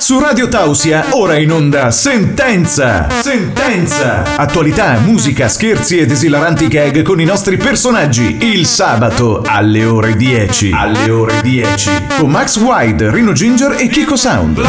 Su Radio Tausia, ora in onda Sentenza! Sentenza! Attualità, musica, scherzi ed esilaranti gag con i nostri personaggi. Il sabato alle ore 10. Alle ore 10. Con Max Wide, Rino Ginger e Kiko Sound.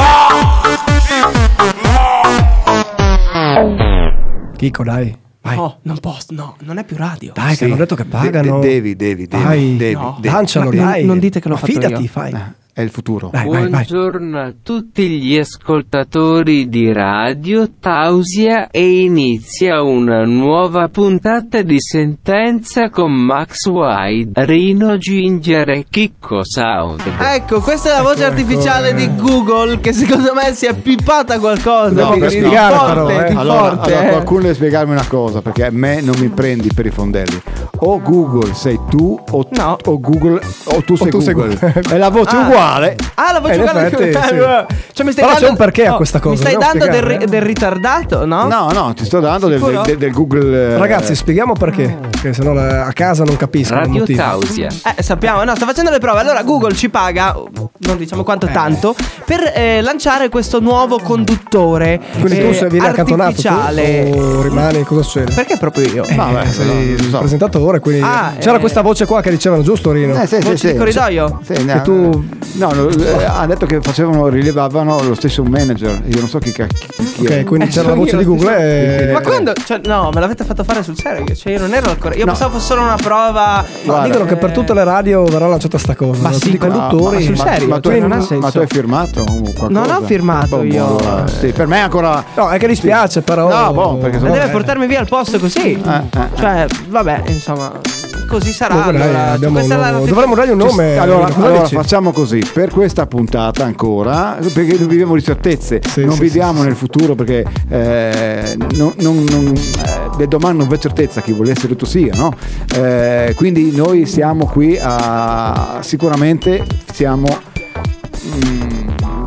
Chico, dai. Vai. No, non posso, no, non è più radio. Dai, che Sì. hanno detto che De- pagano. de- devi, devi, devi, Dai. devi, No. devi. Lancialo, Ma- dai. non dite che l'ho Ma fatto Fidati, io. fai. Eh, È il futuro. Dai, vai, vai. Buongiorno a tutti gli ascoltatori di Radio Tausia e inizia una nuova puntata di sentenza con Max Wide, Rino Ginger e Chicco Sound. Ecco, questa è la voce artificiale di Google che secondo me si è pippata qualcosa. No, per Di spiegare forte, però, eh. di Allora, forte, allora eh. qualcuno deve spiegarmi una cosa, perché a me non mi prendi per i fondelli. O Google sei tu, o, No. o Google, o tu sei tu sei Google. Google. è la voce Ah. uguale. Ah, la voce Eh, in uguale effetti, di- sì. Cioè, mi stai Però dando c'è un perché a no, questa cosa, Mi stai devo dando del, spiegare, ri- eh. del ritardato, no? No, no, ti sto dando del, Sicuro? del- del Google. eh, Ragazzi, spieghiamo perché. Ah. Che sennò la- a casa non capiscono il Radio motivo. Tausia. Eh, sappiamo, no, sta facendo le prove. Allora, Google ci paga, non diciamo quanto tanto, per eh, lanciare questo nuovo conduttore. Quindi tu eh, se vieni accantonato tu, artificiale. o rimani, cosa succede? Perché proprio io? Eh, vabbè, no, sei non il so. presentatore, quindi Ah, c'era eh. questa voce qua che dicevano giusto Rino. Eh, sì, Voci sì, di sì. corridoio? Sì, no, tu- no, no, eh, ha detto che facevano, rilevavano lo stesso manager. Io non so chi, ca- chi, chi ok, è. quindi c'era la voce di Google eh, e Ma quando? Cioè, no, me l'avete fatto fare sul serio. Cioè, io non ero ancora. Io No. pensavo fosse solo una prova. Guarda. dicono che per tutte le radio verrà lanciata sta cosa. Ma tutti sì, i conduttori. ma sul serio, Ah, ma tu, cioè, hai, non ha ma senso. tu hai firmato qualcosa? Non ho firmato Boh, io. boh, sì, per me è ancora No, è che dispiace, però. No, boh, perché Ma sono- deve portarmi via al posto così. Eh, Cioè, vabbè, insomma. Così sarà. Comunque, dai, allora. abbiamo Questa un è la Cioè, nuovo- notifica- Dovremmo dargli un Ci- nome. allora, Rino, cosa allora dici? facciamo così per questa puntata ancora perché non viviamo di certezze Sì, non sì, viviamo sì, sì. nel futuro perché eh, non- non- non- eh, del domani non c'è certezza chi vuole essere tu sia no? Eh, quindi noi siamo qui a sicuramente siamo mm,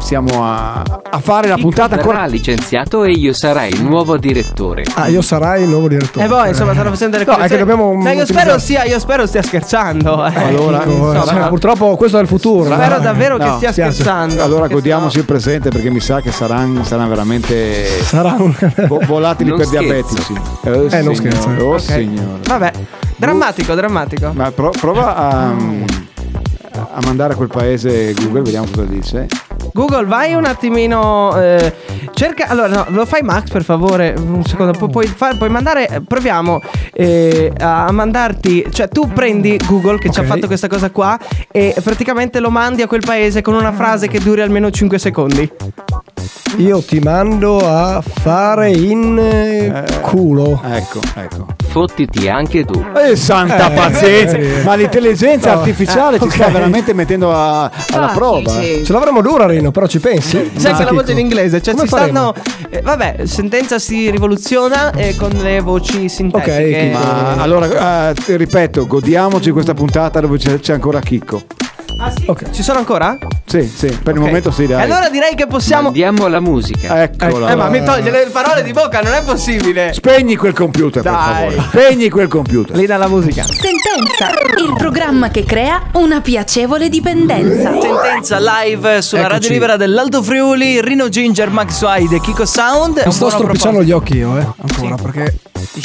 siamo a, a fare la Chicco puntata verrà ancora licenziato e io sarai il nuovo direttore. Ah, io sarai il nuovo direttore. E poi, Eh, boh, insomma, stanno facendo delle No, cose. è che dobbiamo Cioè, io, utilizzare- spero sia, io spero stia scherzando. eh. Allora, Ecco, eh, Insomma, cioè, purtroppo questo è il futuro. Spero dai. davvero che No, stia spiace. scherzando. allora perché godiamoci sennò- il presente perché mi sa che saranno saranno veramente Sarà un. vo- volatili Non per scherzo. diabetici eh, Eh, non signore, scherzo. oh Ok. signore Vabbè, drammatico, drammatico. Ma pro- prova a, a mandare a quel paese Google, vediamo cosa dice. Google, vai un attimino. eh, cerca. Allora, no, lo fai, Max, per favore. Un secondo. pu- puoi, far- puoi mandare. Proviamo eh, a mandarti. Cioè, tu prendi Google che ci ha Ok. fatto questa cosa qua. E praticamente lo mandi a quel paese con una frase che duri almeno 5 secondi. Ah, Io ti mando a fare in eh, culo. Ecco, ecco. Fottiti anche tu. E santa Eh, pazienza! eh. Ma l'intelligenza artificiale ci Ah, ok. sta veramente mettendo a- alla prova. eh. Ce l'avremmo dura, Rino, però ci pensi? Sai Ah, che la voce Chico. è in inglese, cioè Come ci faremo? stanno. eh, vabbè, sentenza si rivoluziona eh, con le voci sintetiche. Chico. Ma allora, eh, ripeto, godiamoci questa puntata dove c'è, c'è ancora Chicco. Ah, sì? Ok. Ci sono ancora? Per Sì, sì, per il momento sì, dai. Allora direi che possiamo. Andiamo alla musica. Eccola. Eh, ma mi toglie le parole di bocca, non è possibile. Spegni quel computer, Dai. per favore. Spegni quel computer. Lì dalla musica. Sentenza, il programma che crea una piacevole dipendenza. Sentenza live sulla Eccoci. Radio Libera dell'Alto Friuli, Rino Ginger, Max Wide e Kiko Sound. Mi sto stropicciando gli occhi io, eh, ancora, perché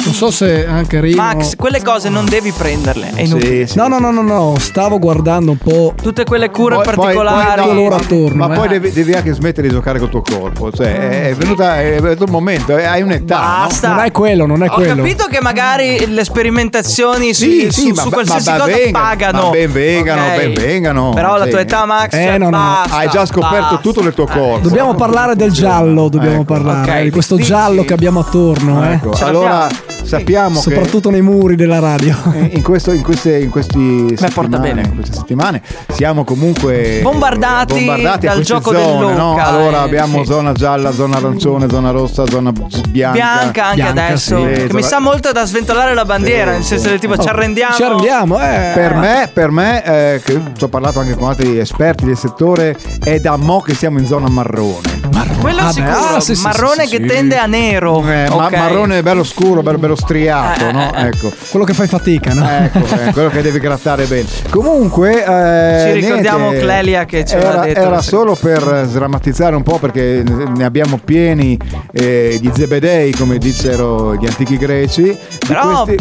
non so se anche Rino... Max, quelle cose non devi prenderle. È inutile. Sì, sì. No, no, no, no, no, stavo guardando un po'... Tutte quelle cure Poi- poi- particolari. poi no, Coloro ma- attorno, Ma eh. poi devi, devi anche smettere di giocare col tuo corpo. Cioè, è, è venuta, è venuto un momento, eh, hai un'età. no? Ah. Basta. Non è quello, non è Ho quello. capito che magari le sperimentazioni su, Sì, su- sì, su ma- ma- qualsiasi ma cosa ben venga- pagano. ma ben vengano, ok? ben vengano. Però la Sì. tua età, Max, Eh, no, no. basta, Hai già scoperto basta. tutto del tuo corpo. Dobbiamo parlare del giallo, dobbiamo Ecco. parlare, Ok, di questo dici? giallo che abbiamo attorno, eh. Ecco, diciamo Ce allora l'abbiamo. Sì. sappiamo Soprattutto nei muri della radio. che in, in questo, in, queste, in questi porta settimane- bene. in queste settimane siamo comunque Bombardati bombardati a dal queste gioco del zone, no? Lucca, Allora eh, abbiamo sì. zona gialla, zona arancione, zona rossa, zona bianca. Bianca anche Bianca, adesso. sì. che mi sa molto da sventolare la bandiera. Sì, nel senso sì. Oh, del tipo, ci arrendiamo. Oh, Ci arrendiamo, eh. Per me, per me eh, che ci ho parlato anche con altri esperti del settore, è da mo' che siamo in zona marrone. marrone. Quello Ah, beh, sicuro. ah, sì, sì, marrone sì, sì, che sì. tende a nero. Eh, ma- ok. Eh, marrone bello scuro, bello, bello striato, no? Ecco. Quello che fai fatica, no? Ecco, eh, quello che devi grattare bene. Comunque, eh, Ci ricordiamo niente, Clelia che ci aveva era, detto era queste solo per sdrammatizzare un po' perché ne abbiamo pieni eh, di zebedei, come dissero gli antichi greci, di, Però di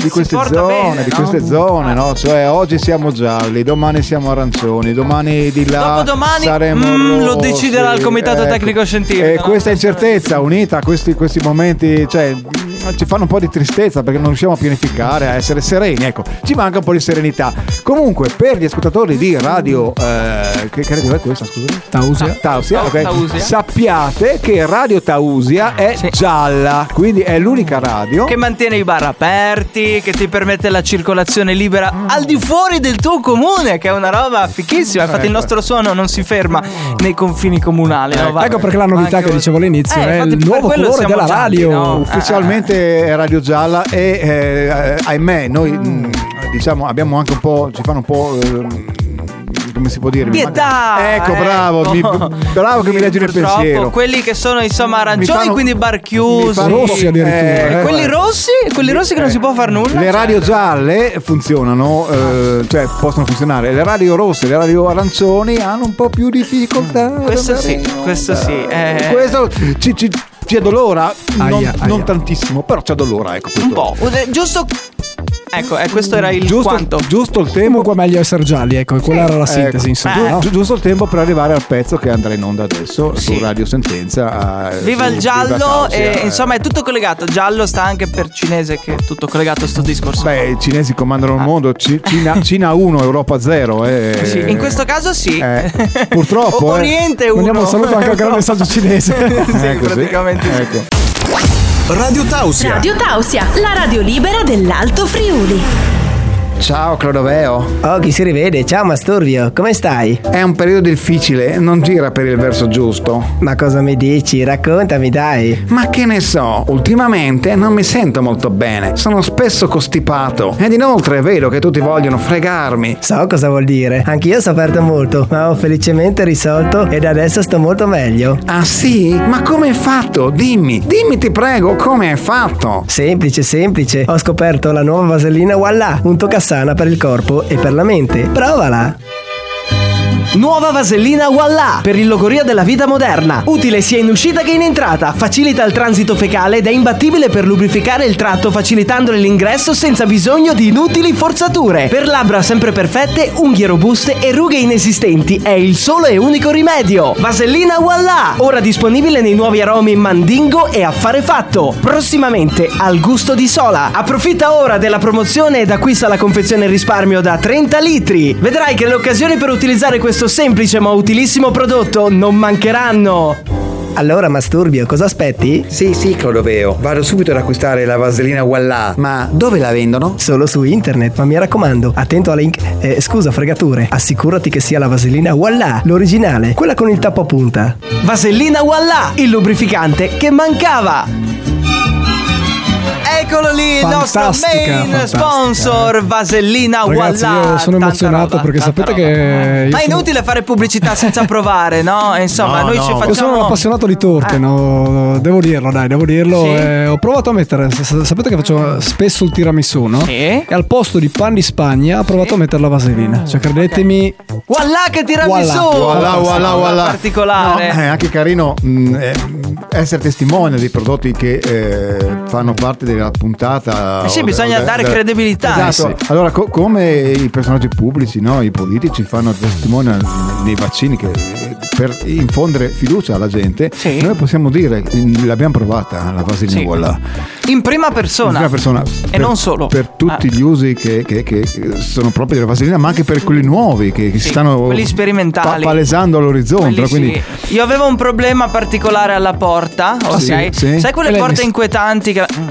si queste porta zone, bene, di no? queste zone, no? Cioè, oggi siamo gialli, domani siamo arancioni, domani di là Dopodomani, saremo mm, lo rossi, ecco. deciderà il comitato tecnico-scientifico, E no? questa incertezza unita a questi, questi momenti, cioè, mm, ci fanno un po' di tristezza perché non riusciamo a pianificare, a essere sereni. Ecco, ci manca un po' di serenità. Comunque, per gli ascoltatori di radio, eh, che, che radio è questa? Scusami. Tausia. Tausia, Ta- ok. Tausia. Sappiate che Radio Tausia è gialla, quindi è l'unica radio. Che mantiene i bar aperti, che ti permette la circolazione libera al di fuori del tuo comune, che è una roba fichissima. Infatti, il nostro suono non si ferma nei confini comunali. no? Va- Ecco perché la novità anche- che dicevo all'inizio Eh, è infatti il per nuovo quello colore siamo della gialli, radio. no? Eh, Ufficialmente è Radio Gialla e eh, eh, ahimè noi mm, diciamo abbiamo anche un po' ci fanno un po' eh, come si può dire? Mi Pietà, manca- Ecco, ecco. bravo, mi- bravo che mi leggi nel Purtroppo, pensiero. quelli che sono insomma Mi arancioni, fanno- quindi bar mi chiusi. fanno- Rossi addirittura, eh. E quelli guarda. rossi, quelli rossi che non si può far nulla. Cioè, Le radio gialle funzionano, eh, cioè possono funzionare. Le radio rosse, le radio arancioni hanno un po' più difficoltà. ad Mm, Questo andare sì, in onda. questo sì, eh. Questo ci, ci- ci addolora, non, Aia, aia. non tantissimo, però ci addolora. Ecco, Un po', eh, giusto. Ecco, eh, questo era il quanto. Giusto, giusto il tempo. Comunque è meglio essere gialli, ecco, Eh. quella era la sintesi, Ecco, insomma. Ah. giu- no? giu- giusto il tempo per arrivare al pezzo che andrà in onda adesso Sì. su Radio Sentenza. eh, Viva su il Viva giallo, Causia, e eh. insomma è tutto collegato. Giallo sta anche per cinese, che è tutto collegato a sto discorso. Beh, i cinesi comandano il mondo, Ci- Cina, Cina 1, Europa 0. Eh. Ah. Sì, in questo caso sì. Eh, purtroppo, O- eh. Oriente 1. Mandiamo un saluto anche al grande saggio cinese. sì, Eh, così. praticamente sì. Ecco. Radio Tausia. Radio Tausia, la radio libera dell'Alto Friuli. Ciao Clodoveo, Oh, chi si rivede? Ciao Masturbio, come stai? è un periodo difficile, non gira per il verso giusto. Ma cosa mi dici? Raccontami, dai. Ma che ne so, ultimamente non mi sento molto bene, sono spesso costipato ed inoltre vedo che tutti vogliono fregarmi. So cosa vuol dire. Anch'io ho sofferto molto, ma ho felicemente risolto ed adesso sto molto meglio. Ah sì? Ma come hai fatto? Dimmi, dimmi ti prego come hai fatto. Semplice, semplice. Ho scoperto la nuova vasellina Wallah, un tocassana per il corpo e per la mente. Provala! Nuova vasellina Wallà per l'illogoria della vita moderna. Utile sia in uscita che in entrata. Facilita il transito fecale ed è imbattibile per lubrificare il tratto facilitandone l'ingresso senza bisogno di inutili forzature. Per labbra sempre perfette, unghie robuste e rughe inesistenti è il solo e unico rimedio. Vasellina Wallà, ora disponibile nei nuovi aromi Mandingo e Affare Fatto. Prossimamente al gusto di Sola. Approfitta ora della promozione ed acquista la confezione risparmio da 30 litri. Vedrai che le occasioni per utilizzare questo semplice ma utilissimo prodotto non mancheranno. Allora, Masturbio, cosa aspetti? Sì, sì, Clodoveo. Vado subito ad acquistare la vasellina Wallà. Ma dove la vendono? Solo su internet, ma mi raccomando, attento a link. Eh, scusa, fregature. Assicurati che sia la vasellina Wallah, l'originale, quella con il tappo a punta. Vasellina Wallà, il lubrificante che mancava. Eccolo lì, il nostro Fantastica, main fantastica. sponsor, Vasellina Ragazzi, Wallà. io sono Tanta emozionato roba, perché tanta sapete roba. che. io Ma è sono- inutile fare pubblicità senza provare, no? E Insomma, noi ci facciamo. Io sono un appassionato di torte, Eh. no? Devo dirlo, dai, devo dirlo. Sì. Eh, ho provato a mettere. sa- sa- Sapete che faccio spesso il tiramisù, no? Sì. E al posto di pan di Spagna ho provato a mettere la vaselina. Cioè, credetemi, Wallà che tirami su! Voilà, voilà, voilà. Oh, Particolare. eh. No, è anche carino mh, eh, essere testimone dei prodotti che eh, fanno parte della puntata. Eh sì, o bisogna dare credibilità. Esatto. Eh Allora, co- come i personaggi pubblici, no? i politici fanno testimone dei vaccini che, per infondere fiducia alla gente, Sì. noi possiamo dire mh, l'abbiamo provata la vaselina Sì. voilà. In prima persona. Una persona e non solo. per tutti Ah. gli usi che, che- che sono propri della vaselina, ma anche per quelli nuovi che, che si Sì, stanno quelli sperimentali. pa- palesando all'orizzonte. Ah, Quelli no? Quindi, sì. Io avevo un problema Ah, particolare alla porta, ok? sì, sì. Sai quelle Quella è porte mis- inquietanti che. che-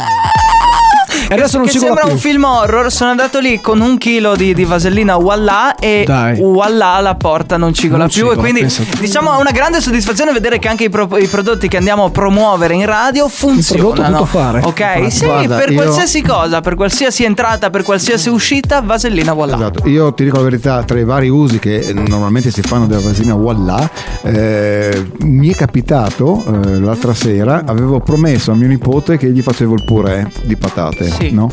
adesso non che ci cola sembra più. un film horror. Sono andato lì con un chilo di, di vasellina Wallah e Dai. Wallah la porta non cigola Non più. cigola, e quindi pensa te. diciamo è una grande soddisfazione vedere che anche i, pro- i prodotti che andiamo a promuovere in radio funzionano. prodotto tutto fare. Ah, Ok, Guarda, sì, guarda, per io- qualsiasi cosa, per qualsiasi entrata, per qualsiasi uscita, vasellina Wallah. Esatto. Io ti dico la verità, tra i vari usi che normalmente si fanno della vasellina Walla, mi è capitato eh, l'altra sera, avevo promesso a mio nipote che gli facevo il purè di patate, Sì. no?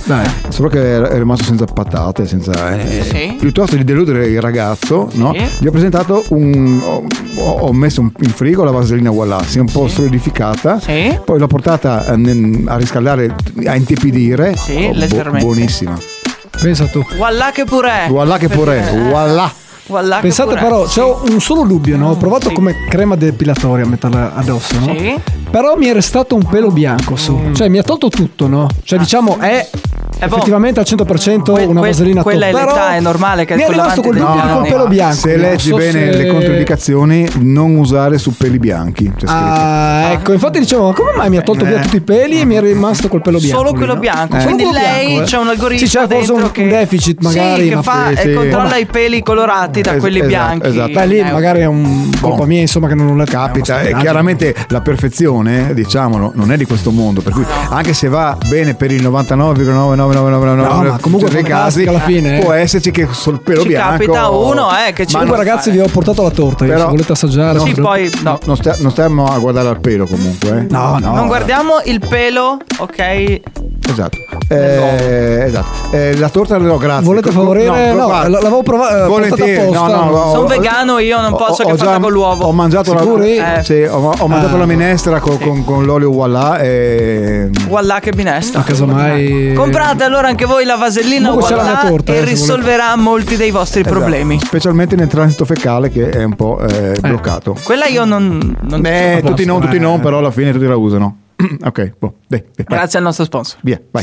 Solo che era- è rimasto senza patate, senza, eh, Sì. piuttosto di deludere il ragazzo, no? Gli ho presentato un ho, ho messo un- in frigo la vasellina Walla, si è un po' solidificata, Sì. poi l'ho portata eh, nel- a riscaldare, a intepidire, Sì, bu- leggermente. buonissima. Pensa tu. Wallah che Eh, purè. Voilà che purè, voilà. Wallah che Pensate purè. però, c'ho un solo dubbio, Mm, no? Ho provato come crema depilatoria a metterla addosso, no? Sì. Però mi è restato un pelo bianco su. Cioè, mi ha tolto tutto, no? Cioè, diciamo, è. È Ah. boh. effettivamente al 100% Que- una que- vasellina quella è top, però l'età, è normale che mi è quella rimasto quel avanti dubbio del col piano- pelo bianco Se Non leggi so bene se- le controindicazioni, non usare su peli bianchi. C'è scritto. Ah, ecco, infatti dicevo, ma come mai mi ha tolto Eh. via tutti i peli e mi è rimasto quel pelo bianco? Solo lì, quello no? bianco. Solo Quindi quello lei bianco, eh. c'è un algoritmo. Sì, c'è forse dentro un che- un deficit magari. Sì, che ma- fa sì, e sì. controlla i peli colorati da Es- quelli esatto, bianchi. esatto. Beh, lì Eh, magari è un colpa mia, insomma, che non eh, ho letto. Capita, è e una Eh, chiaramente la perfezione, eh, diciamolo, non è di questo mondo. Per cui, anche se va bene per il 99,99999 No, ma comunque dei casi, fantastica alla fine, eh. può esserci che sul pelo Ci bianco. capita uno, eh, che ci- Ma Comunque, non- ragazzi, vi ho portato la torta. io, Però- se volete assaggiare, Sì, se- poi no. non, sta- non stiamo a guardare al pelo comunque. eh. No, no. Non guardiamo il pelo, ok? Esatto. Eh, esatto. Eh, la torta no, grazie. Volete Co- co- favorire? No, guarda, l- l'avevo prova- eh, Volentieri, portata apposta. no, no, no, Sono ho- vegano, io non posso che già- fatta con l'uovo. Ho mangiato, Sicuri? la, Eh. sì, ho, ho mangiato la minestra con, con- con l'olio voilà e... Voilà che minestra. A casomai. Comprate allora anche voi la vasellina Comunque c'è la voilà, mia torta, e eh, se risolverà molti dei vostri problemi. Esatto, Specialmente nel transito fecale che è un po' eh, bloccato. Quella io non. non- eh. Beh, tutti non, tutti non, però alla fine tutti la usano. ok, boh, dai, dai, vai, Grazie al nostro sponsor. via, vai.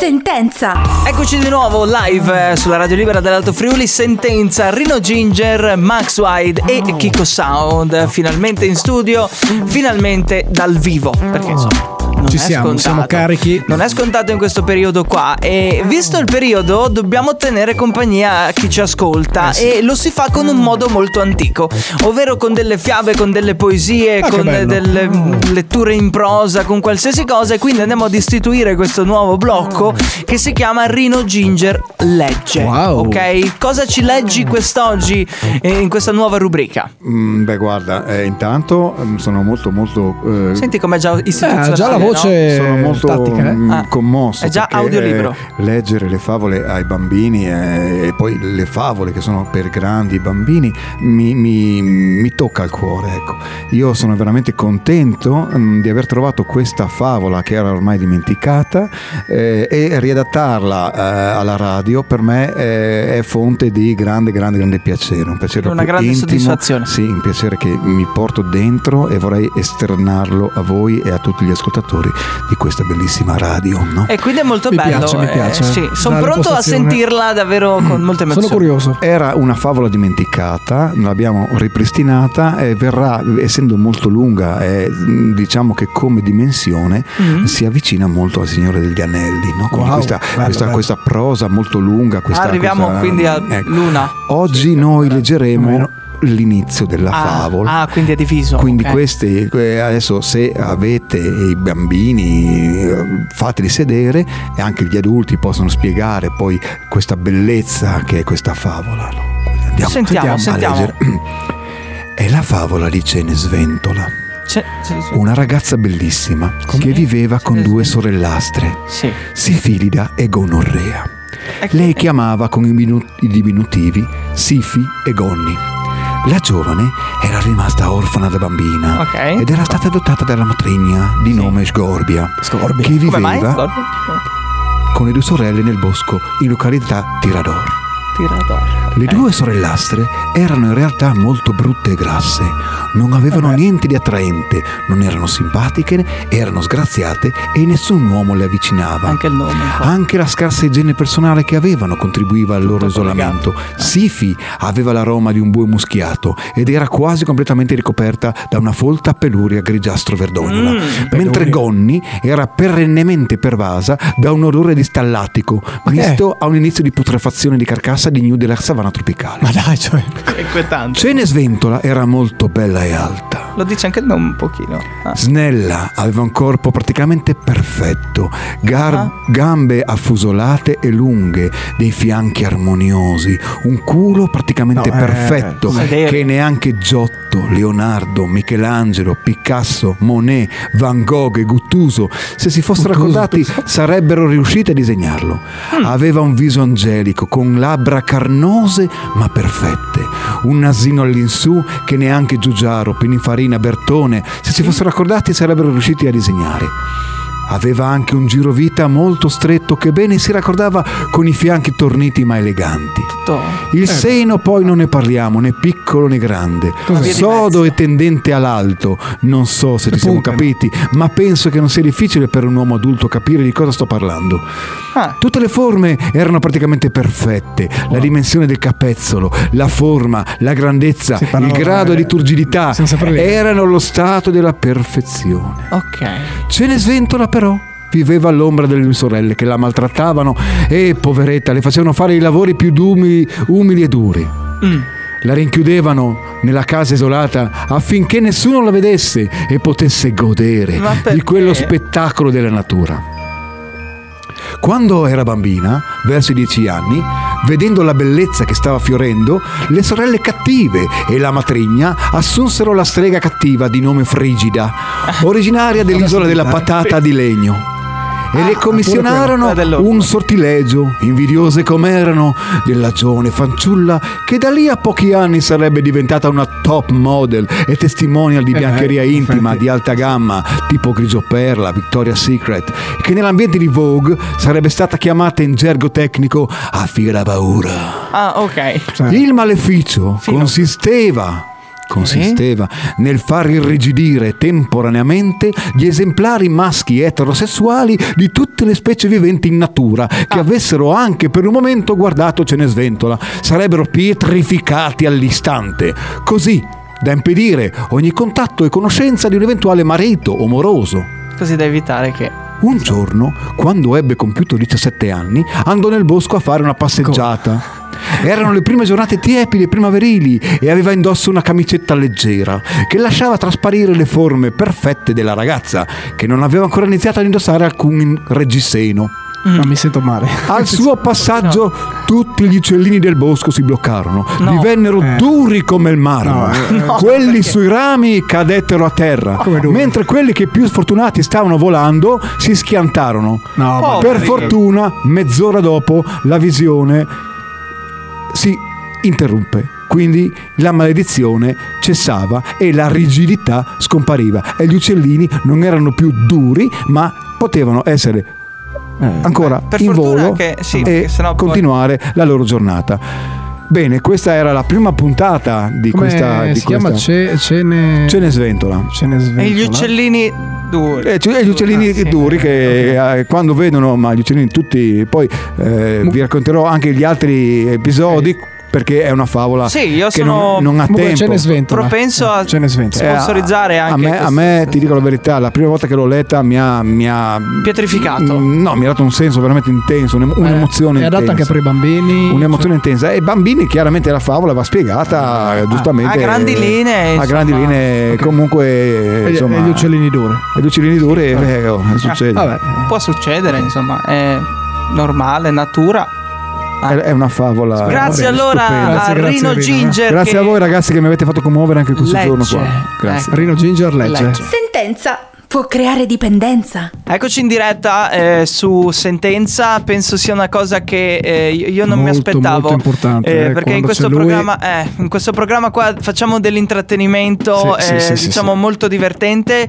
Sentenza. Eccoci di nuovo live eh, sulla Radio Libera dell'Alto Friuli, sentenza Rino Ginger, Max Wide e Kiko Sound, finalmente in studio, finalmente dal vivo, perché insomma non Ci è siamo, scontato. siamo carichi. Non è scontato in questo periodo qua e visto il periodo dobbiamo tenere compagnia a chi ci ascolta Eh e lo si fa con un modo molto antico, ovvero con delle fiabe, con delle poesie, Ah, che con eh, bello. delle mm, letture in prosa, con qualsiasi cosa e quindi andiamo ad istituire questo nuovo Ah. blocco che si chiama Rino Ginger Legge. Wow. Ok, cosa ci leggi quest'oggi eh, in questa nuova rubrica? Mm, beh, guarda, eh, intanto mm, sono molto, molto... eh, Senti com'è già istituzionale. Eh, già la no? voce Sono molto tattica, eh? mm, Ah. commosso. È già perché, audiolibro. eh, leggere le favole ai bambini eh, e poi le favole che sono per grandi bambini mi, mi- mi tocca il cuore. Ecco. Io sono veramente contento mm, di aver trovato questa favola che era ormai dimenticata eh, e riadattarla eh, alla radio per me eh, è fonte di grande, grande, grande piacere. Un piacere Una più grande intimo, soddisfazione. Sì, un piacere che mi porto dentro e vorrei esternarlo a voi e a tutti gli ascoltatori di questa bellissima radio. No? E quindi è molto Mi bello. eh, piace, mi piace. sì. Sono Dalla pronto a postazione. sentirla davvero con molte Sono emozioni. curioso. Era una favola dimenticata, l'abbiamo ripristinata e verrà, essendo molto lunga, e diciamo che come dimensione Mm-hmm. si avvicina molto al Signore degli Anelli, no? Con Wow, questa, bello, questa- bello. questa prosa molto lunga. questa- Arriviamo questa- quindi a ecco. Luna. Oggi noi leggeremo l'inizio della Ah, favola. ah, quindi è diviso. Quindi ok. questi eh, adesso se avete i bambini eh, fateli sedere e anche gli adulti possono spiegare poi questa bellezza che è questa favola. no? Quindi Andiamo, Sentiamo, andiamo a sentiamo. leggere. È la favola di Cene Sventola, C'è- c'è- una ragazza bellissima che viveva con due sorellastre, Sì. Sifilida e Gonorrea. Lei chiamava con i, minu- i diminutivi Sifi e Gonni. La giovane era rimasta orfana da bambina Ok. ed era stata adottata dalla matrigna di nome Sgorbia, Sgorbia. che Come mai? viveva Scorpio? con le due sorelle nel bosco in località Tirador. Tirador. Le due sorellastre erano in realtà molto brutte e grasse, non avevano niente di attraente, non erano simpatiche, erano sgraziate e nessun uomo le avvicinava. Anche il nome. Anche la scarsa igiene personale che avevano contribuiva al loro isolamento. Sifi aveva l'aroma di un bue muschiato ed era quasi completamente ricoperta da una folta peluria grigiastro verdognola, Mm, mentre peluria. Gonni era perennemente pervasa da un odore di stallatico, misto a un inizio di putrefazione di carcassa di gnu della savana tropicale. Ma dai, cioè... Inquietante. Cenesventola era molto bella e alta. Lo dice anche il nome un pochino. Ah. Snella aveva un corpo praticamente perfetto, gar- Ah. gambe affusolate e lunghe, dei fianchi armoniosi, un culo praticamente No, eh, perfetto sedere. che neanche Giotto, Leonardo, Michelangelo, Picasso, Monet, Van Gogh e Guttuso, se si fossero accordati, sarebbero riusciti a disegnarlo. Aveva un viso angelico con labbra carnose ma perfette, un nasino all'insù che neanche Giugiaro, Pininfarina, Bertone, se si fossero accordati, sarebbero riusciti a disegnare. Aveva anche un girovita molto stretto che bene si raccordava con i fianchi torniti ma eleganti. Il seno poi non ne parliamo, né piccolo né grande. Sodo e tendente all'alto. Non so se ci siamo capiti, ma penso che non sia difficile per un uomo adulto capire di cosa sto parlando. Tutte le forme erano praticamente perfette. La dimensione del capezzolo, la forma, la grandezza, il grado di turgidità erano lo stato della perfezione. Ok. Cenesventola però viveva all'ombra delle due sorelle che la maltrattavano e, poveretta, le facevano fare i lavori più dumi- umili e duri. Mm. La rinchiudevano nella casa isolata affinché nessuno la vedesse e potesse godere Ma di perché? quello spettacolo della natura. Quando era bambina, verso i dieci anni, vedendo la bellezza che stava fiorendo, le sorelle cattive e la matrigna assunsero la strega cattiva di nome Frigida, originaria dell'isola della patata di legno. Ah, E le commissionarono un sortilegio, invidiose com'erano, della giovane fanciulla che da lì a pochi anni sarebbe diventata una top model e testimonial di Eh, biancheria infatti. intima, di alta gamma, tipo Grigio Perla, Victoria's Secret, che nell'ambiente di Vogue sarebbe stata chiamata in gergo tecnico a figa da paura. Ah, ok. Il maleficio consisteva consisteva nel far irrigidire temporaneamente gli esemplari maschi eterosessuali di tutte le specie viventi in natura che avessero anche per un momento guardato Cenesventola sarebbero pietrificati all'istante così da impedire ogni contatto e conoscenza di un eventuale marito o moroso Così da evitare che. un giorno, quando ebbe compiuto 17 anni, andò nel bosco a fare una passeggiata. Ecco. Erano le prime giornate tiepide e primaverili e aveva indosso una camicetta leggera che lasciava trasparire le forme perfette della ragazza che non aveva ancora iniziato ad indossare alcun reggiseno. mm. Non mi sento male. Al suo passaggio tutti gli uccellini del bosco si bloccarono, divennero duri come il marmo. Eh. No, eh, no, quelli sui rami cadettero a terra, mentre quelli che più sfortunati stavano volando si schiantarono. Oh. ma per dai. fortuna, mezz'ora dopo la visione si interrompe. Quindi la maledizione cessava e la rigidità scompariva e gli uccellini non erano più duri, ma potevano essere Eh, ancora in volo che- sì, e perché sennò poi- continuare la loro giornata. Bene, questa era la prima puntata di Come questa di si chiama? questa- Ce, cene... Cenesventola. E gli uccellini duri. E Eh, gli uccellini Ah, duri che eh, quando vedono, ma gli uccellini tutti, poi eh, vi racconterò anche gli altri episodi perché è una favola Sì, io che sono non, non ha Ah, tempo. propenso a sponsorizzare Eh, a- anche a me, a me ti dico la verità la prima volta che l'ho letta mi ha, mi ha Mm, pietrificato no mi ha dato un senso veramente intenso un'em- Eh. un'emozione Eh, È adatta intensa anche per i bambini. cioè. un'emozione intensa e bambini chiaramente la favola va spiegata giustamente Ah, eh, a grandi linee, a insomma. grandi linee comunque cioè, E- insomma, e gli uccellini duri. e gli uccellini duri eh, beh, oh, succede Ah, vabbè. può succedere insomma è normale natura È, è una favola Grazie allora stupenda. a Grazie, grazie, Rino Rino. Ginger grazie che- a voi ragazzi che mi avete fatto commuovere anche questo Legge. giorno qua grazie Ecco. Rino Ginger legge. Legge. Sentenza può creare dipendenza. Eccoci in diretta eh, su Sentenza, penso sia una cosa che eh, io io non mi Molto, aspettavo. molto importante, eh, perché in quando questo, c'è lui- programma, eh, in questo programma qua facciamo dell'intrattenimento, Sì, sì, eh, sì, sì, diciamo molto divertente.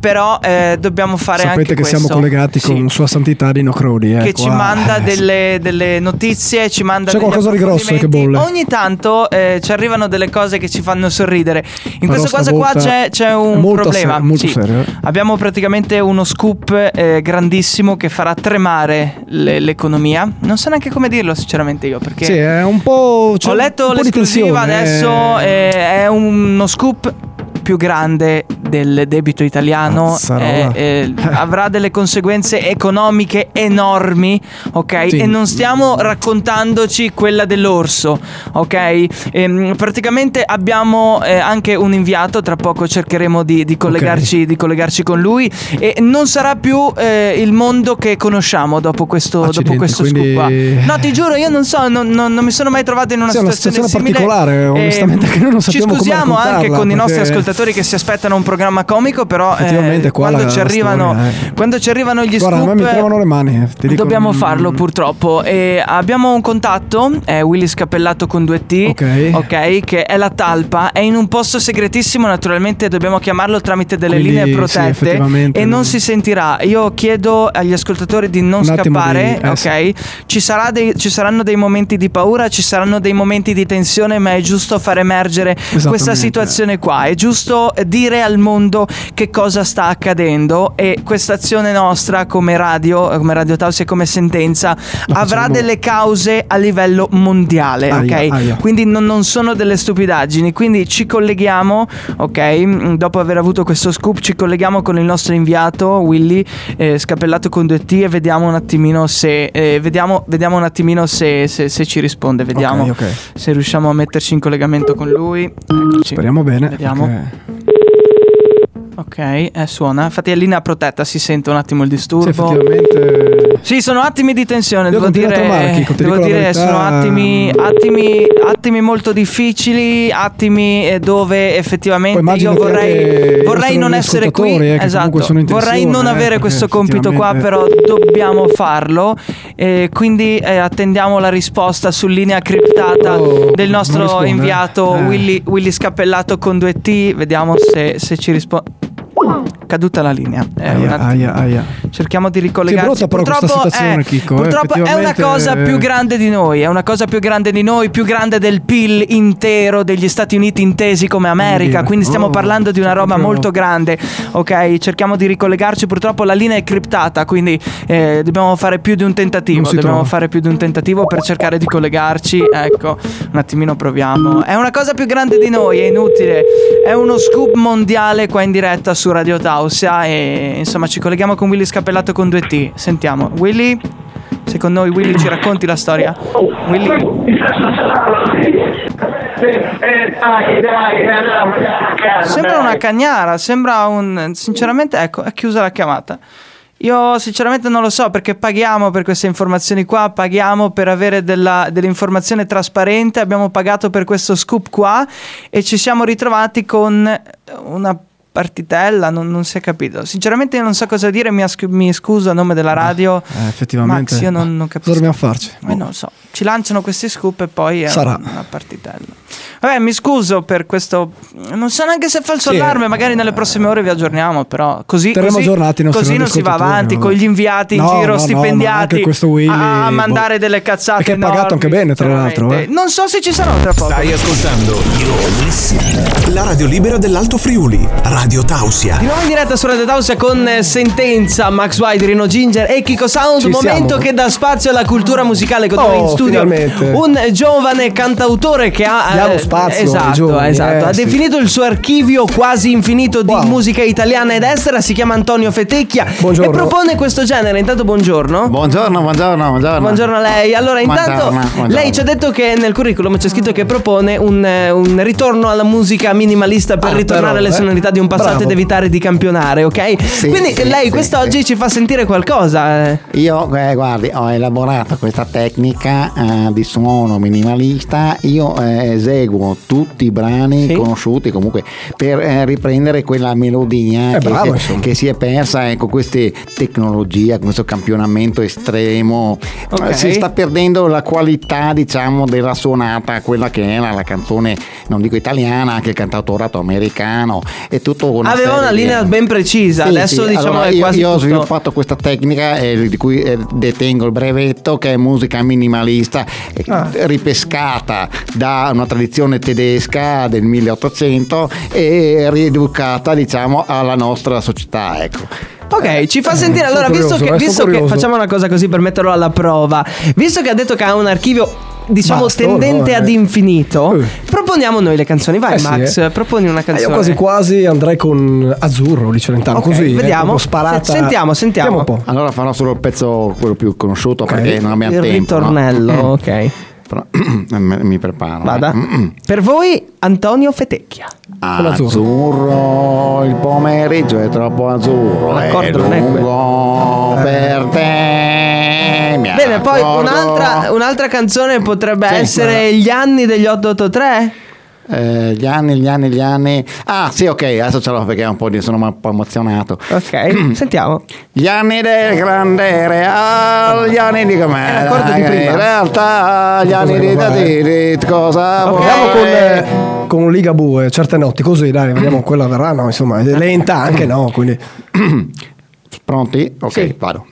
Però eh, dobbiamo fare Sapete anche che questo. siamo collegati con Sua Santità Dino Crodi. eh, che qua. ci manda Eh, delle, delle notizie, ci manda C'è degli qualcosa di grosso che bolle. Ogni tanto eh, ci arrivano delle cose che ci fanno sorridere. In Però questo caso qua stavolta c'è, c'è un molto problema. serio, molto Sì. serio, eh. Abbiamo praticamente uno scoop eh, grandissimo che farà tremare le- l'economia. Non so neanche come dirlo, sinceramente io, perché Sì, eh, è un po'. c'è ho un letto po' di l'esclusiva tensione, adesso, eh. eh, è uno scoop più grande del debito italiano Mazzarola. eh, eh, avrà delle conseguenze economiche enormi ok Sì. e non stiamo raccontandoci quella dell'orso ok Ehm, praticamente abbiamo eh, anche un inviato tra poco cercheremo di, di collegarci, di collegarci con lui e non sarà più eh, il mondo che conosciamo dopo questo, dopo Accidenti, questo quindi- scoop qua no ti giuro io non so non, non- non mi sono mai trovato in una Sì, è una situazione, situazione simile. ehm, particolare, onestamente, che noi non sappiamo ci come scusiamo anche raccontarla, con i nostri perché- ascoltatori che si aspettano un programma comico però eh, Effettivamente qua quando, la- ci la arrivano, storia, eh. quando ci arrivano gli Guarda, a me scoop mi eh, tremano le mani. eh, ti dico, Dobbiamo mm, farlo purtroppo. E abbiamo un contatto, è Willy Scappellato con 2T, Ok. ok, che è la talpa, è in un posto segretissimo, naturalmente dobbiamo chiamarlo tramite delle Quindi, linee sì, protette effettivamente, e non non- si sentirà. Io chiedo agli ascoltatori di non Un attimo scappare, di- eh, ok? Ci, sarà dei- ci saranno dei momenti di paura, ci saranno dei momenti di tensione, ma è giusto far emergere questa Esattamente. situazione qua, è giusto eh, dire al mondo che cosa sta accadendo e questa azione nostra come radio, eh, come Radio Taos e come sentenza avrà facciamo- delle cause a livello mondiale, Aia, ok? aia. Quindi non, non sono delle stupidaggini, quindi ci colleghiamo, ok? Mm, Dopo aver avuto questo scoop ci colleghiamo con il nostro inviato Willy eh, Scappellato con 2T e vediamo un attimino se eh, vediamo, vediamo un attimino se, se- se ci risponde, vediamo ok. se riusciamo a metterci in collegamento con lui. Eccoci. Speriamo bene. Vediamo. perché- Ok, eh, suona. Infatti è linea protetta, si sente un attimo il Sì, disturbo. effettivamente. Sì, sono attimi di tensione, Io devo continuo a dire, tremare, Chico, ti devo dico la dire, verità. sono attimi, attimi, attimi molto difficili, attimi eh, dove effettivamente Poi immagino io che anche vorrei, i vorrei nostri non essere qui, ascoltatori, eh, che esatto, comunque sono in vorrei tensione, non eh, avere perché questo compito qua, però effettivamente- dobbiamo farlo, eh, quindi eh, attendiamo la risposta su linea criptata Oh, del nostro non risponde, eh. inviato Eh. Willy, Willy Scappellato con 2T, vediamo se, se ci risponde. Caduta la linea. Eh, un Aia, attimo. aia, aia. Cerchiamo di ricollegarci. Sì, è brutta però purtroppo, questa situazione, eh, Chicco, eh, purtroppo è una effettivamente, cosa eh. più grande di noi, è una cosa più grande di noi, più grande del PIL intero, degli Stati Uniti intesi come America. Dire, Quindi stiamo oh, parlando di una roba proprio- molto grande. Ok, cerchiamo di ricollegarci. Purtroppo la linea è criptata, quindi eh, dobbiamo fare più di un tentativo. Non si Dobbiamo trova. fare più di un tentativo per cercare di collegarci. Ecco, un attimino proviamo. È una cosa più grande di noi, è inutile. È uno scoop mondiale qua in diretta su Radio Tausia e insomma ci colleghiamo con Willy Scappellato con 2T. Sentiamo, Willy, secondo noi Willy ci racconti la storia? Willy, sembra una cagnara, sembra un... sinceramente ecco, è chiusa la chiamata. Io sinceramente non lo so perché paghiamo per queste informazioni qua, paghiamo per avere della- dell'informazione trasparente, abbiamo pagato per questo scoop qua e ci siamo ritrovati con una partitella, non, non si è capito. Sinceramente io non so cosa dire, mi, ascu- mi scuso a nome della radio. Eh, effettivamente. Max, io non, non capisco. Cosa dobbiamo farci? Eh, non lo so, ci lanciano questi scoop e poi è Sarà. una partitella. Vabbè, mi scuso per questo. Non so neanche se falso Sì, eh, allarme, magari nelle prossime ore vi aggiorniamo, però così, Terremo così, aggiornati i nostri così non si va radioascoltatori, avanti no? con gli inviati in No, giro no, no, ma stipendiati anche questo Willy, a boh. mandare delle cazzate. Perché è pagato enormi, anche bene, tra l'altro, eh. veramente. Non so se ci sarò tra poco. Stai ascoltando la radio libera dell'Alto Friuli, Radio Tausia. Di nuovo in diretta su Radio Tausia con eh, Sentenza, Max White, Rino Ginger e Kiko Sound. Ci momento siamo. che dà spazio alla cultura musicale con noi Oh, in studio. finalmente. Un giovane cantautore che ha. eh, Diamo spazio ai Esatto, giovani, esatto. eh, ha sì. definito il suo archivio quasi infinito di Wow. musica italiana ed estera. Si chiama Antonio Fetecchia. Buongiorno. E propone questo genere. Intanto, buongiorno. Buongiorno, buongiorno, buongiorno. Buongiorno a lei. Allora, intanto Buongiorno, buongiorno. lei ci ha detto che nel curriculum c'è scritto che propone un, eh, un ritorno alla musica minimalista per Ah, ritornare però, alle eh. sonorità di un passato Bravo. ed evitare di campionare, ok? Sì, Quindi sì, lei sì, quest'oggi sì. ci fa sentire qualcosa. eh. Io, eh, guardi, ho elaborato questa tecnica eh, di suono minimalista. Io eh, eseguo tutti i brani Sì. conosciuti comunque per eh, riprendere quella melodia Eh, che, bravo, che- insomma. che si è persa eh, con queste tecnologie, con questo campionamento estremo. Ok. Eh, Si sta perdendo la qualità, diciamo, della suonata, quella che era la canzone, non dico italiana, anche il cantautorato americano e tutte tutto una Aveva serie una di- linea ben precisa, Sì, adesso sì, diciamo allora, è io, quasi io ho tutto- sviluppato questa tecnica eh, di cui eh, detengo il brevetto che è musica minimalista eh, Ah. ripescata da una tradizione tedesca del 1800 e rieducata diciamo alla nostra società ecco Ok, ci fa sentire. Allora, visto, che, visto che facciamo una cosa così per metterlo alla prova, visto che ha detto che ha un archivio. Diciamo Vasto, tendente no, eh. ad infinito, proponiamo noi le canzoni. Vai, Eh sì, Max, eh. proponi una Eh, canzone. Io quasi quasi andrei con Azzurro di Celentano. Ok, così eh, vediamo. proprio sparata. Se- sentiamo, sentiamo. Vediamo un po'. allora farò solo il pezzo quello più conosciuto perché non abbiamo Il tempo no? ritornello, ok Però, mi mi preparo eh. Vada. Mm. Per voi, Antonio Fetecchia. Azzurro, il pomeriggio è troppo azzurro. È L'accordo non è Eh. lungo per te. Mi Bene, poi accorgo. un'altra, un'altra canzone potrebbe Sì, essere guarda. Gli anni degli 883. Eh, gli anni, gli anni, gli anni. Ah, sì, ok, adesso ce l'ho perché è un po' di- sono un po' emozionato. Mm. Ok, sentiamo. Gli anni del grande real, gli anni di com'è. Oh. Eh, l'accordo di prima. In realtà, gli anni di Tadiri, cosa Andiamo con, vuoi? eh, con Ligabue, certe notti, così dai, vediamo quella verrà, no, insomma, è lenta anche no, quindi Pronti? Ok, vado.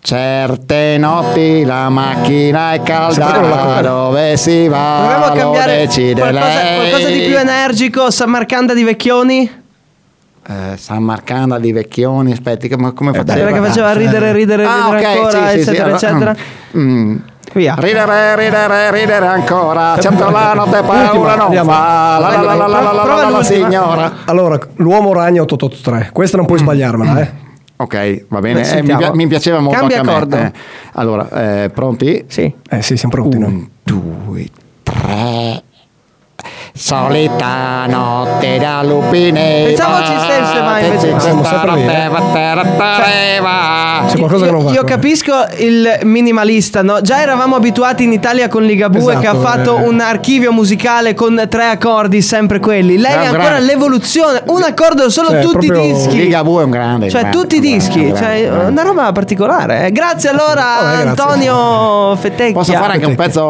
Certe notti la macchina è calda, Sì, però la- dove si va? Proviamo a lo cambiare decide qualcosa, lei. qualcosa di più energico. Samarcanda di Vecchioni. Eh, San Marcanda di Vecchioni, aspetti, come, come faceva? Quella che faceva ridere, Eh, ridere, Ah, ridere ok, ancora, sì, sì, sì, eccetera, allora, eccetera. mm. Via. Ridere, ridere, ridere ancora, certo la notte paura non fa, la la la la la la la la la signora. Allora, l'uomo ragno 883. Questa non puoi Mm. sbagliarmela, eh. Ok, va Beh, bene, Eh, mi, sentiamo. pia- mi piaceva molto Cambia anche a me. accordo. Eh, Allora, eh, pronti? Sì. Eh sì, siamo pronti Mm. noi. Due, tre. Solita notte da lupine. Pensiamo ci stesse, ma invece no. Siamo sempre lì, eh. Cioè, C'è qualcosa che non va. eh. Io qua. capisco il minimalista, no? Già eravamo abituati in Italia con Ligabue Esatto, che ha fatto eh. un archivio musicale con tre accordi, sempre quelli. Lei Gran- ha ancora gran- l'evoluzione, un accordo solo Cioè, tutti proprio- i dischi. Ligabue è un grande, Cioè, grande, tutti i grande, dischi, grande, cioè, grande. una roba particolare. eh. Grazie allora, Oh, eh, grazie. Antonio Fettecchia. Posso fare anche un pezzo?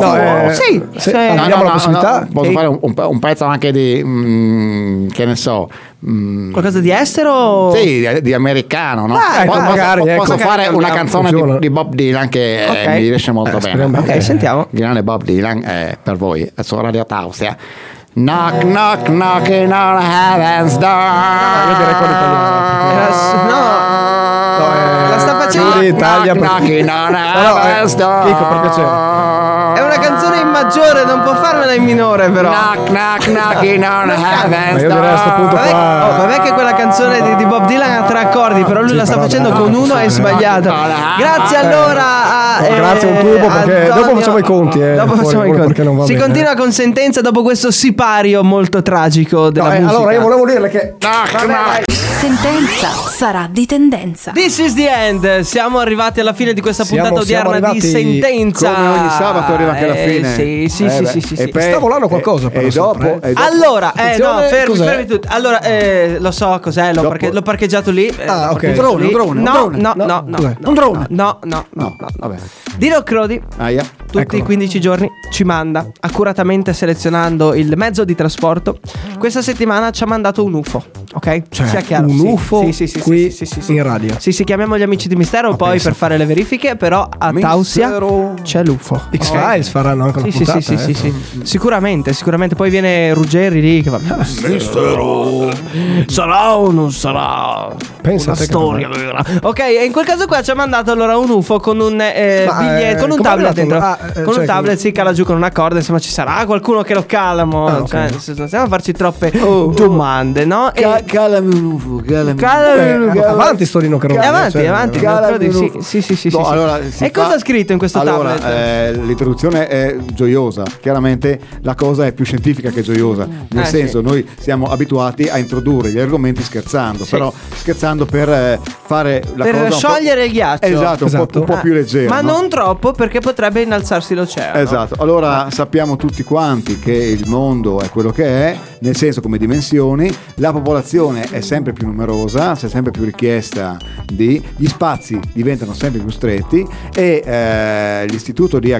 No, eh, sì, sì. No, no, Abbiamo la no, possibilità. no, Posso E- fare un, un pe- un pezzo anche di. mm, che ne so. mm, Qualcosa di estero? Sì, di, di americano, no? Vai, Po- vai. posso Magari, po- Oh. ecco. posso fare Magari, una no, canzone funziona. di, di Bob Dylan che eh, Ok. mi riesce molto Eh, bene. speriamo bene. Ok, sentiamo. Il grande Bob Dylan eh, per voi, eh, su Radio Tausia. Knock, knock, knocking on heaven's door. Ah, io direi con Eh, No, la sta facendo. Giulia, taglia per- knocking on No, no, eh, heaven's door. Chico, per piacere. È una canzone in maggiore, non può farmela in minore, però. Knock, knock, knocking on Ma heaven's io direi a sto punto door. qua. Oh, vabbè che quella canzone di, di Bob Dylan ha tre accordi, però lui la sta facendo con uno e è sbagliato. Grazie allora a... No, Ah, eh, oh, grazie un tubo tubo perché dopo facciamo i conti. Eh, Dopo fuori, facciamo i quello conti. perché non va Si bene. continua con sentenza dopo questo sipario molto tragico della Eh, musica. allora io volevo dirle che Sentenza sarà di tendenza. This is the end. Siamo arrivati alla fine di questa Siamo- puntata siamo odierna di arrivati sentenza. Come ogni sabato arriva anche la Eh, fine. Sì, sì, Eh, sì, beh. sì, sì, E sì. per- Sta eh, volando qualcosa, e- però, E sempre, dopo, eh. e dopo- Allora, eh, no, Attenzione, fermi, cos'è? fermi tutti. Allora, eh, lo so cos'è, l'ho, parche- l'ho parcheggiato lì. eh, Ah, ok. l'ho parcheggiato Un drone, lì. un drone, un No, drone. no, no, no. Cos'è? Un drone. No, no, no. No, vabbè. Dino Crodi, Aia. tutti i 15 giorni, ci manda, accuratamente selezionando il mezzo di trasporto. Questa settimana ci ha mandato un UFO, ok? Cioè, Sia chiaro. un sì. UFO Sì, sì, sì, qui sì, sì, sì, sì. in radio. Sì, sì, chiamiamo gli amici di Mistero poi pensa. per fare le verifiche, però a Tausia Ah, Mistero. c'è l'UFO. X-Files faranno anche una Oh, Sì, sì, puntata. sì, sì, eh. sì, sì. Sicuramente, sicuramente. Poi viene Ruggeri lì che va. Sarà o non sarà? Pensa una te che storia. non vera. Ok, e in quel caso qua ci ha mandato allora un UFO con un eh, Ma, biglietto, eh, con un com'è tablet arrivato? dentro. Ah, eh, con cioè, un tablet si cala giù con una corda, insomma ci sarà qualcuno che lo calamo. Ah, ok. Oh, Cioè, nel senso, non stiamo a farci troppe domande, no? E- Ca- calami un ufo, calami. Cala- Eh, avanti Storino che E avanti, avanti, calami sì, un- sì, sì, sì, No, sì. allora, si E fa- cosa ha scritto in questo allora, tablet? eh, l'introduzione è gioiosa, chiaramente la cosa è più scientifica che gioiosa, nel Eh, senso noi siamo abituati a introdurre gli argomenti scherzando, però scherzando per eh, fare la per cosa un po'- sciogliere il ghiaccio. Esatto, un po'- Esatto. un po', più Ah, leggero. Ma no? non troppo perché potrebbe innalzarsi l'oceano. Esatto, allora sappiamo tutti quanti che il mondo è quello che è, nel senso come dimensioni, la popolazione è sempre più numerosa, c'è sempre più richiesta di, gli spazi diventano sempre più stretti e eh, l'istituto di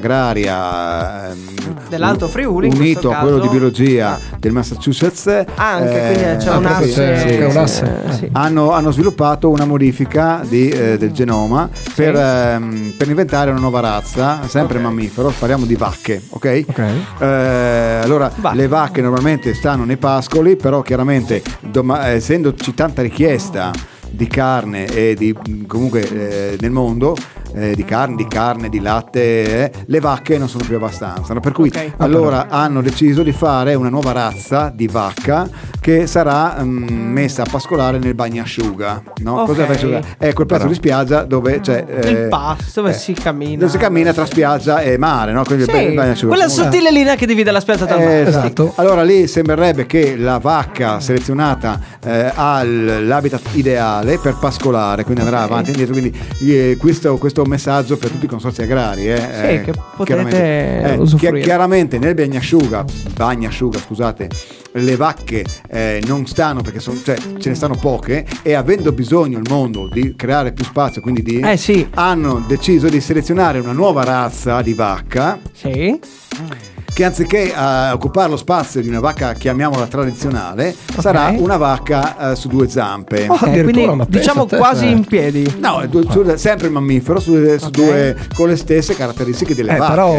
agraria ehm, Dell'Alto Friuli, in questo unito a quello caso. eh. di biologia del Massachusetts Anche, quindi Eh, c'è un ah, asse, sì, sì, sì, sì, sì. eh, sì. Hanno, hanno sviluppato una modifica di, eh, del genoma per, ehm, per inventare una nuova razza sempre mammifero parliamo di vacche ok, Eh, allora le vacche normalmente stanno nei pascoli però chiaramente doma- essendoci tanta richiesta di carne e di comunque eh, nel mondo eh, di carne, di carne, di latte, eh, le vacche non sono più abbastanza. no? Per cui Ok. allora hanno deciso di fare una nuova razza di vacca che sarà mm, messa a pascolare nel bagnasciuga. No? Ok. Cos'è il bagnasciuga? È quel pezzo Però- di spiaggia dove c'è. il eh, pasto dove si cammina. dove si cammina tra spiaggia e mare, no? Quindi il ba- il Sì, bagnasciuga. quella Comunque- sottile linea che divide la spiaggia dal mare. eh, esatto. Allora lì sembrerebbe che la vacca selezionata eh, ha l- l'habitat ideale per pascolare, quindi andrà avanti e indietro. Quindi eh, questo, questo è un messaggio per tutti i consorzi agrari. eh, eh, che potete chiaramente. eh, usufruire. chi- chiaramente nel bagnasciuga, bagnasciuga scusate, le vacche eh, non stanno perché son- cioè, ce ne stanno poche e avendo bisogno il mondo di creare più spazio, quindi di, Eh, hanno deciso di selezionare una nuova razza di vacca Eh, che anziché eh, occupare lo spazio di una vacca, chiamiamola tradizionale, sarà una vacca eh, su due zampe. Oh, Ok, quindi diciamo eh. quasi in piedi. No, du- su- sempre il mammifero su, eh, su due, con le stesse caratteristiche delle Eh, vacche. però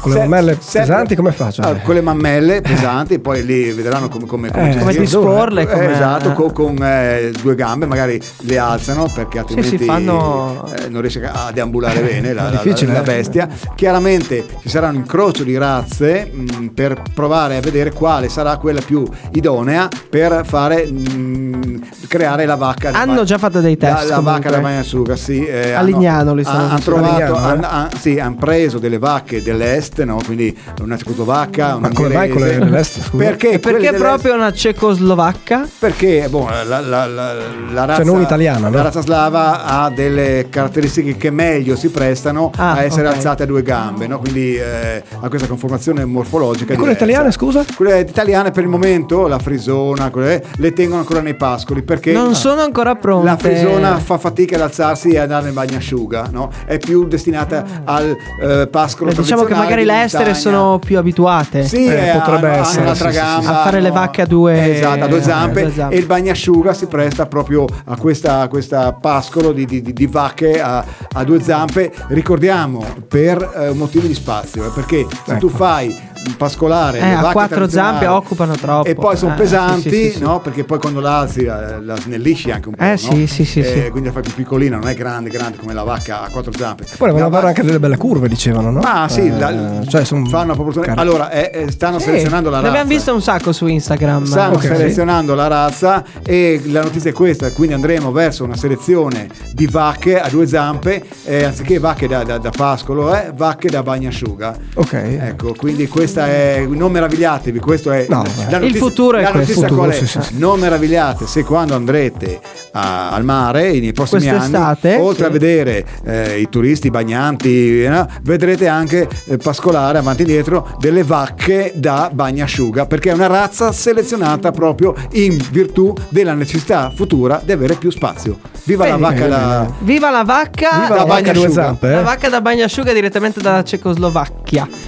con le Se- mammelle sempre- pesanti come faccio? Ah, con le mammelle pesanti, poi lì vedranno come, come, Eh, gestirle. come disporle, Eh, come- esatto, co- con, eh, due gambe, magari le alzano perché altrimenti si fanno- eh, non riesce a deambulare bene la, È la- difficile, la eh. bestia. Chiaramente ci sarà un incrocio di razze mh, per provare a vedere quale sarà quella più idonea per fare mh, creare la vacca. da Hanno ma- già fatto dei test, La, la vacca comunque. da Magnasuga, sì. eh, A hanno- Lignano li ha- stanno han facendo. trovato- A Lignano, han- eh? han- sì, hanno preso delle vacche dell'est, no? quindi una cecoslovacca, una come mai inglese. quelle dell'est, scusa? Perché, E quelle perché dell'est- proprio una cecoslovacca? Perché boh, la, la- la- la razza, Cioè, non italiana, no? la razza slava ha delle caratteristiche che meglio si prestano Ah, a essere ok. alzate a due gambe, no? quindi eh, a questa conformazione morfologica. E quelle diversa. italiane, scusa? Quelle italiane per il momento, la frisona, quelle- le tengono ancora nei pascoli perché Non sono ancora pronte. Ah. Eh, diciamo la frisona fa fatica ad alzarsi e ad andare in bagnasciuga, no? è più destinata al eh, pascolo. Eh, Ah. diciamo che tradizionale magari di le estere montagna. sono più abituate. Sì, eh, hanno- hanno un'altra gamba, A fare le hanno- vacche a due, Esatto, a due zampe, a due zampe. e il bagnasciuga si presta proprio a questa, a questa pascolo di, di- di- di vacche a, a due zampe, ricordiamo per eh, motivi di spazio, eh, perché se tu fai pascolare Eh, le a vacche quattro tradizionali zampe occupano troppo. e poi sono Eh, pesanti, sì, sì, sì, sì. no? Perché poi quando la alzi eh, la snellisci anche un po'. Eh, no? sì, sì, sì, Eh, sì. Quindi la fai più piccolina, non è grande, grande come la vacca a quattro zampe. Poi volevano fare anche delle belle curve, dicevano, no? Ma sì, Eh, la- cioè, sono fanno una proporzione. Cari- Allora, eh, eh, stanno Sì, selezionando la ne razza. abbiamo visto un sacco su Instagram. Stanno Ok. selezionando la razza e la notizia è questa, quindi andremo verso una selezione di vacche a due zampe, eh, anziché vacche da, da- da pascolo, eh, vacche da bagnasciuga. Ok. Ecco, quindi questa è, non meravigliatevi, questo è Eh. No, la eh. notizia- Il futuro è la questo. notizia qual è? Futuro, sì, sì, sì. Non meravigliate se quando andrete a- al mare nei prossimi Quest'estate, anni, oltre sì. a vedere eh, i turisti, i bagnanti, eh, no, vedrete anche eh, pascolare avanti e dietro delle vacche da bagnasciuga, perché è una razza selezionata proprio in virtù della necessità futura di avere più spazio. Viva la Bene. vacca Eh, da... Viva la vacca! Viva la da vacca a due bagnasciuga. zampe, eh. La vacca da bagnasciuga direttamente dalla Cecoslovacchia.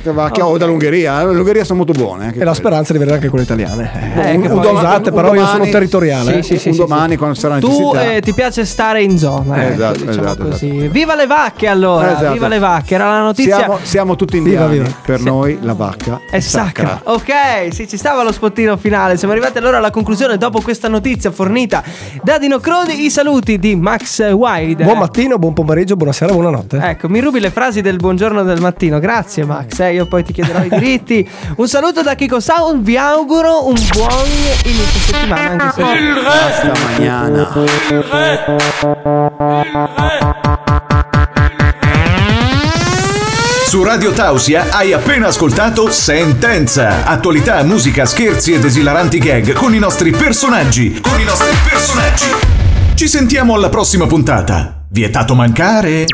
da vacca Ok. o dall'Ungheria, l'Ungheria sono molto buone. eh, E la speranza di vedere anche quelle italiane. Eh, un- ecco, che un poi- Esatto, Scusate, un però io sono domani- territoriale. Sì, eh. sì, sì, sì, sì. quando sarà Tu eh, ti piace stare in zona. ecco, Esatto, diciamo esatto, così. Viva le vacche allora! Esatto. Viva le vacche! Era la notizia. Siamo, siamo tutti indiani, per noi la vacca è sacra. Ok, sì, ci stava lo spottino finale. Siamo arrivati allora alla conclusione dopo questa notizia fornita da Dino Crodi. I saluti di Max Wide. Eh. Buon mattino, buon pomeriggio, buonasera, buonanotte. Ecco, mi rubi le frasi del buongiorno del mattino. Grazie, Max. eh, io poi ti chiederò i diritti. Un saluto da Kiko Sound. Vi auguro un buon inizio settimana. Anche se... Hasta mañana. Su Radio Tausia hai appena ascoltato Sentenza. Attualità, musica, scherzi ed esilaranti gag con i nostri personaggi. Con i nostri personaggi. Ci sentiamo alla prossima puntata. Vietato mancare.